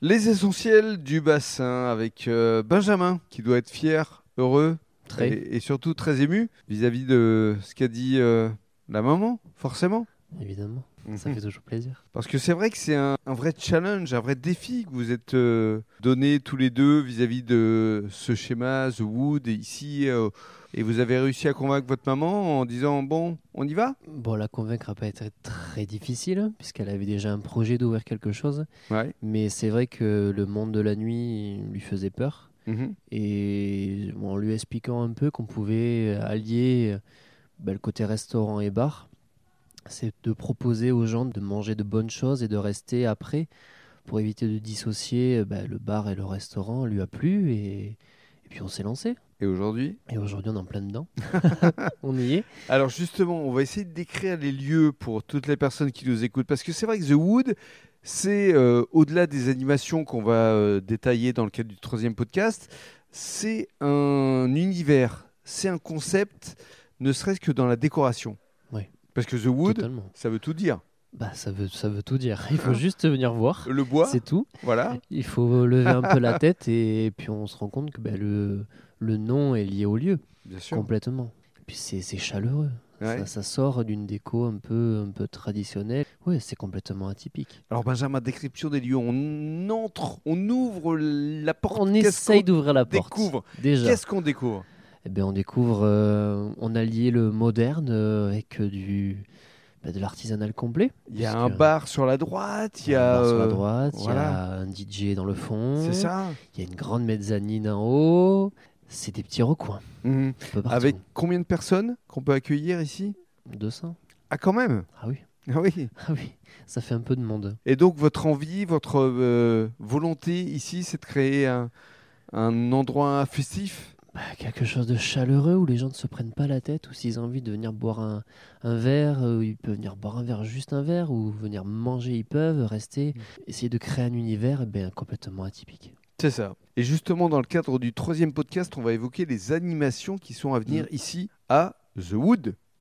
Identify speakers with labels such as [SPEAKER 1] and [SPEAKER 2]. [SPEAKER 1] Les essentiels du bassin avec euh, Benjamin qui doit être fier, heureux
[SPEAKER 2] Très.
[SPEAKER 1] Et, et surtout très ému vis-à-vis de ce qu'a dit euh, la maman, forcément.
[SPEAKER 2] Évidemment, ça
[SPEAKER 1] Mhm.
[SPEAKER 2] fait toujours plaisir.
[SPEAKER 1] Parce que c'est vrai que c'est un, un vrai challenge, un vrai défi que vous êtes euh, donnés tous les deux vis-à-vis de ce schéma The Wood et ici. euh, et vous avez réussi à convaincre votre maman en disant Bon, on y va
[SPEAKER 2] Bon, la convaincre n'a pas été très difficile, hein, puisqu'elle avait déjà un projet d'ouvrir quelque chose.
[SPEAKER 1] Ouais.
[SPEAKER 2] Mais c'est vrai que le monde de la nuit lui faisait peur.
[SPEAKER 1] Mhm.
[SPEAKER 2] Et bon, en lui expliquant un peu qu'on pouvait allier euh, bah, le côté restaurant et bar, c'est de proposer aux gens de manger de bonnes choses et de rester après pour éviter de dissocier euh, bah, le bar et le restaurant, lui a plu et, et puis on s'est lancé.
[SPEAKER 1] Et aujourd'hui
[SPEAKER 2] Et aujourd'hui on est en plein dedans. on y est.
[SPEAKER 1] Alors justement, on va essayer de décrire les lieux pour toutes les personnes qui nous écoutent, parce que c'est vrai que The Wood, c'est euh, au-delà des animations qu'on va euh, détailler dans le cadre du troisième podcast, c'est un univers, c'est un concept, ne serait-ce que dans la décoration.
[SPEAKER 2] Ouais.
[SPEAKER 1] Parce que The Wood,
[SPEAKER 2] Totalement.
[SPEAKER 1] ça veut tout dire.
[SPEAKER 2] Bah, ça veut, ça veut tout dire. Il faut juste venir voir.
[SPEAKER 1] Ah. Le Ah. bois,
[SPEAKER 2] C'est tout.
[SPEAKER 1] voilà.
[SPEAKER 2] Il faut lever un peu la tête et, puis on se rend compte que bah, le, le nom est lié au lieu
[SPEAKER 1] Bien sûr.
[SPEAKER 2] complètement. Et puis c'est c'est chaleureux.
[SPEAKER 1] Ouais.
[SPEAKER 2] Ça, ça sort d'une déco un peu, un peu traditionnelle. Ouais, c'est complètement atypique.
[SPEAKER 1] Alors Benjamin, description des lieux, on entre, on ouvre la porte.
[SPEAKER 2] On
[SPEAKER 1] Qu'est-ce
[SPEAKER 2] essaye
[SPEAKER 1] qu'on
[SPEAKER 2] d'ouvrir la porte.
[SPEAKER 1] découvre
[SPEAKER 2] Déjà.
[SPEAKER 1] Qu'est-ce qu'on découvre
[SPEAKER 2] Eh ben, on découvre, euh, on a lié le moderne euh, avec euh, du, bah, de l'artisanal complet.
[SPEAKER 1] Il y a
[SPEAKER 2] Parce
[SPEAKER 1] un
[SPEAKER 2] que-
[SPEAKER 1] bar sur la droite, il y
[SPEAKER 2] un
[SPEAKER 1] a...
[SPEAKER 2] bar sur la
[SPEAKER 1] euh,
[SPEAKER 2] droite, il y
[SPEAKER 1] voilà.
[SPEAKER 2] a un DJ dans le fond.
[SPEAKER 1] C'est ça
[SPEAKER 2] Il y a une grande mezzanine en haut. C'est des petits recoins.
[SPEAKER 1] Mhm.
[SPEAKER 2] un peu partout.
[SPEAKER 1] Avec combien de personnes qu'on peut accueillir ici
[SPEAKER 2] 200.
[SPEAKER 1] Ah, quand même
[SPEAKER 2] Ah oui.
[SPEAKER 1] Ah oui
[SPEAKER 2] Ah oui. Ça fait un peu de monde.
[SPEAKER 1] Et donc, votre envie, votre euh, volonté ici, c'est de créer un, un endroit festif
[SPEAKER 2] Bah, quelque chose de chaleureux où les gens ne se prennent pas la tête, ou s'ils ont envie de venir boire un, un verre, euh, ils peuvent venir boire un verre, juste un verre, ou venir manger, ils peuvent rester. Essayer de créer un univers eh ben, complètement atypique.
[SPEAKER 1] C'est ça. Et justement, dans le Mmh. cadre du troisième podcast, on va évoquer les animations qui sont à venir ici à The Wood.